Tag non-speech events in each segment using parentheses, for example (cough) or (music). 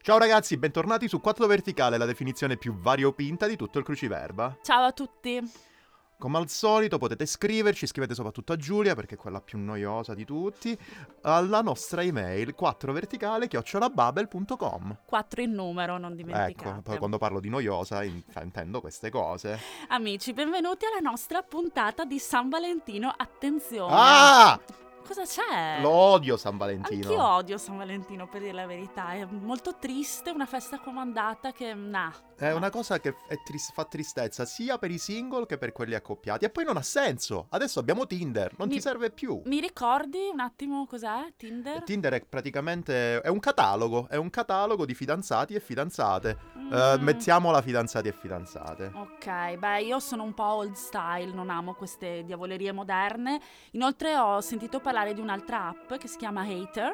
Ciao ragazzi, bentornati su 4 Verticale, la definizione più variopinta di tutto il cruciverba. Ciao a tutti. Come al solito potete scriverci, scrivete soprattutto a Giulia perché è quella più noiosa di tutti, alla nostra email 4verticale-babel.com. Quattro in numero, non dimenticate. Ecco, poi quando parlo di noiosa in- intendo queste cose. Amici, benvenuti alla nostra puntata di San Valentino. Attenzione. Ah! Cosa c'è? Lo odio San eh. Anch'io Valentino. odio San Valentino, per dire la verità. È molto triste, una festa comandata che... Nah. È una cosa che è tris- fa tristezza sia per i single che per quelli accoppiati. E poi non ha senso. Adesso abbiamo Tinder, non Mi- ti serve più. Mi ricordi un attimo cos'è Tinder? Tinder è praticamente è un catalogo, è un catalogo di fidanzati e fidanzate. Mm. Eh, mettiamola fidanzati e fidanzate. Ok, beh, io sono un po' old style, non amo queste diavolerie moderne. Inoltre ho sentito parlare di un'altra app che si chiama Hater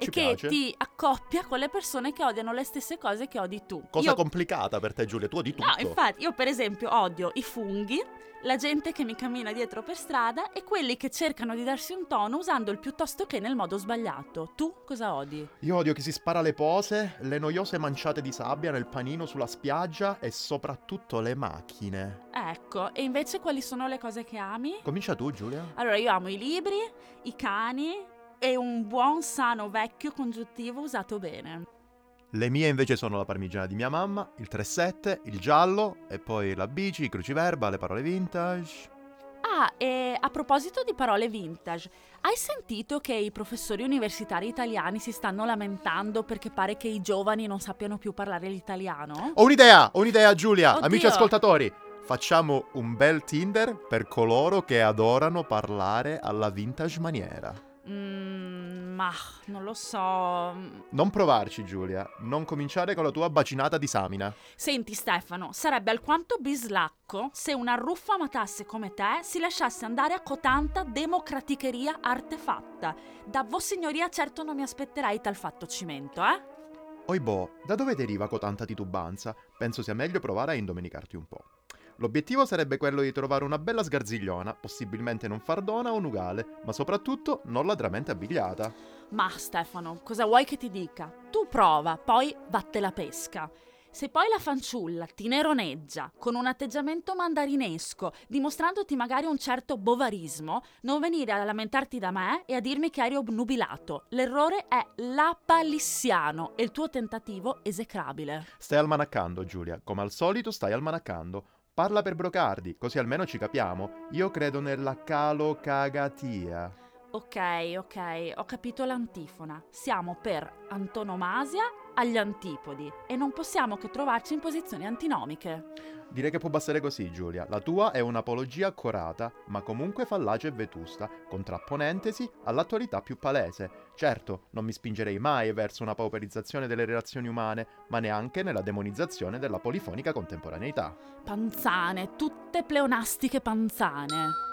e Ci che piace. ti accoppia con le persone che odiano le stesse cose che odi tu. Cosa Io- complicata per te Giulia, tu di tutto. No, infatti, io per esempio odio i funghi, la gente che mi cammina dietro per strada e quelli che cercano di darsi un tono usando il piuttosto che nel modo sbagliato. Tu cosa odi? Io odio chi si spara le pose, le noiose manciate di sabbia nel panino sulla spiaggia e soprattutto le macchine. Ecco, e invece quali sono le cose che ami? Comincia tu Giulia. Allora, io amo i libri, i cani e un buon sano vecchio congiuntivo usato bene. Le mie invece sono la parmigiana di mia mamma, il 3-7, il giallo e poi la bici, i cruciverba, le parole vintage. Ah, e a proposito di parole vintage, hai sentito che i professori universitari italiani si stanno lamentando perché pare che i giovani non sappiano più parlare l'italiano? Ho un'idea, ho un'idea Giulia, Oddio. amici ascoltatori. Facciamo un bel Tinder per coloro che adorano parlare alla vintage maniera. Mm, ma non lo so. Non provarci Giulia, non cominciare con la tua bacinata di samina. Senti Stefano, sarebbe alquanto bislacco se una ruffa matasse come te si lasciasse andare a cotanta democraticheria artefatta. Da vossignoria certo non mi aspetterai tal fatto cimento, eh? Oi boh, da dove deriva cotanta titubanza? Penso sia meglio provare a indomenicarti un po'. L'obiettivo sarebbe quello di trovare una bella sgarzigliona, possibilmente non fardona o nugale, ma soprattutto non ladramente abbigliata. Ma Stefano, cosa vuoi che ti dica? Tu prova, poi vatte la pesca. Se poi la fanciulla ti neroneggia con un atteggiamento mandarinesco, dimostrandoti magari un certo bovarismo, non venire a lamentarti da me e a dirmi che eri obnubilato. L'errore è lapalissiano e il tuo tentativo esecrabile. Stai almanaccando, Giulia, come al solito stai almanaccando. Parla per brocardi, così almeno ci capiamo. Io credo nella calocagatia. Ok, ok, ho capito l'antifona. Siamo per antonomasia agli antipodi e non possiamo che trovarci in posizioni antinomiche. Direi che può bastare così, Giulia. La tua è un'apologia accorata, ma comunque fallace e vetusta, contrapponentesi all'attualità più palese. Certo, non mi spingerei mai verso una pauperizzazione delle relazioni umane, ma neanche nella demonizzazione della polifonica contemporaneità. Panzane, tutte pleonastiche panzane.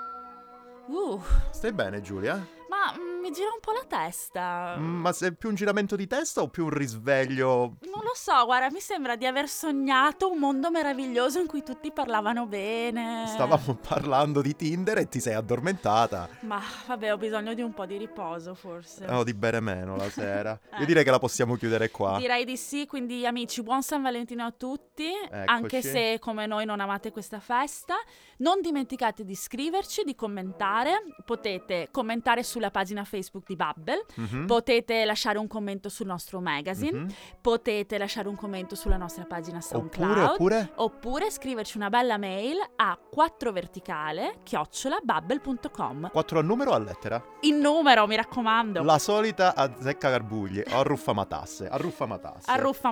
Uh, Stai bene, Giulia? ma mm, mi gira un po' la testa. Mm, Ma se è più un giramento di testa o più un risveglio? Non lo so, guarda, mi sembra di aver sognato un mondo meraviglioso in cui tutti parlavano bene. Stavamo parlando di Tinder e ti sei addormentata. Ma vabbè, ho bisogno di un po' di riposo, forse. Oh, di bere meno (laughs) la sera. Io Eh. direi che la possiamo chiudere qua. Direi di sì, quindi amici, buon San Valentino a tutti, Eccoci. anche se come noi non amate questa festa. Non dimenticate di iscriverci, di commentare, potete commentare sulla pagina Facebook di Bubble, Mhm. Potete lasciare un commento sul nostro magazine, Mhm. potete lasciare un commento sulla nostra pagina SoundCloud, Oppure, oppure... oppure scriverci una bella mail a 4verticale chiocciolabubble.com. 4 a numero o a lettera? In numero, mi raccomando. La solita azzecca garbugli o arruffa matasse. Arruffa matasse. Arruffa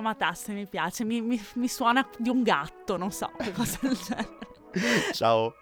(laughs) matasse, mi piace, mi, mi- mi suona di un gatto, non so che cosa del genere. (laughs) Ciao.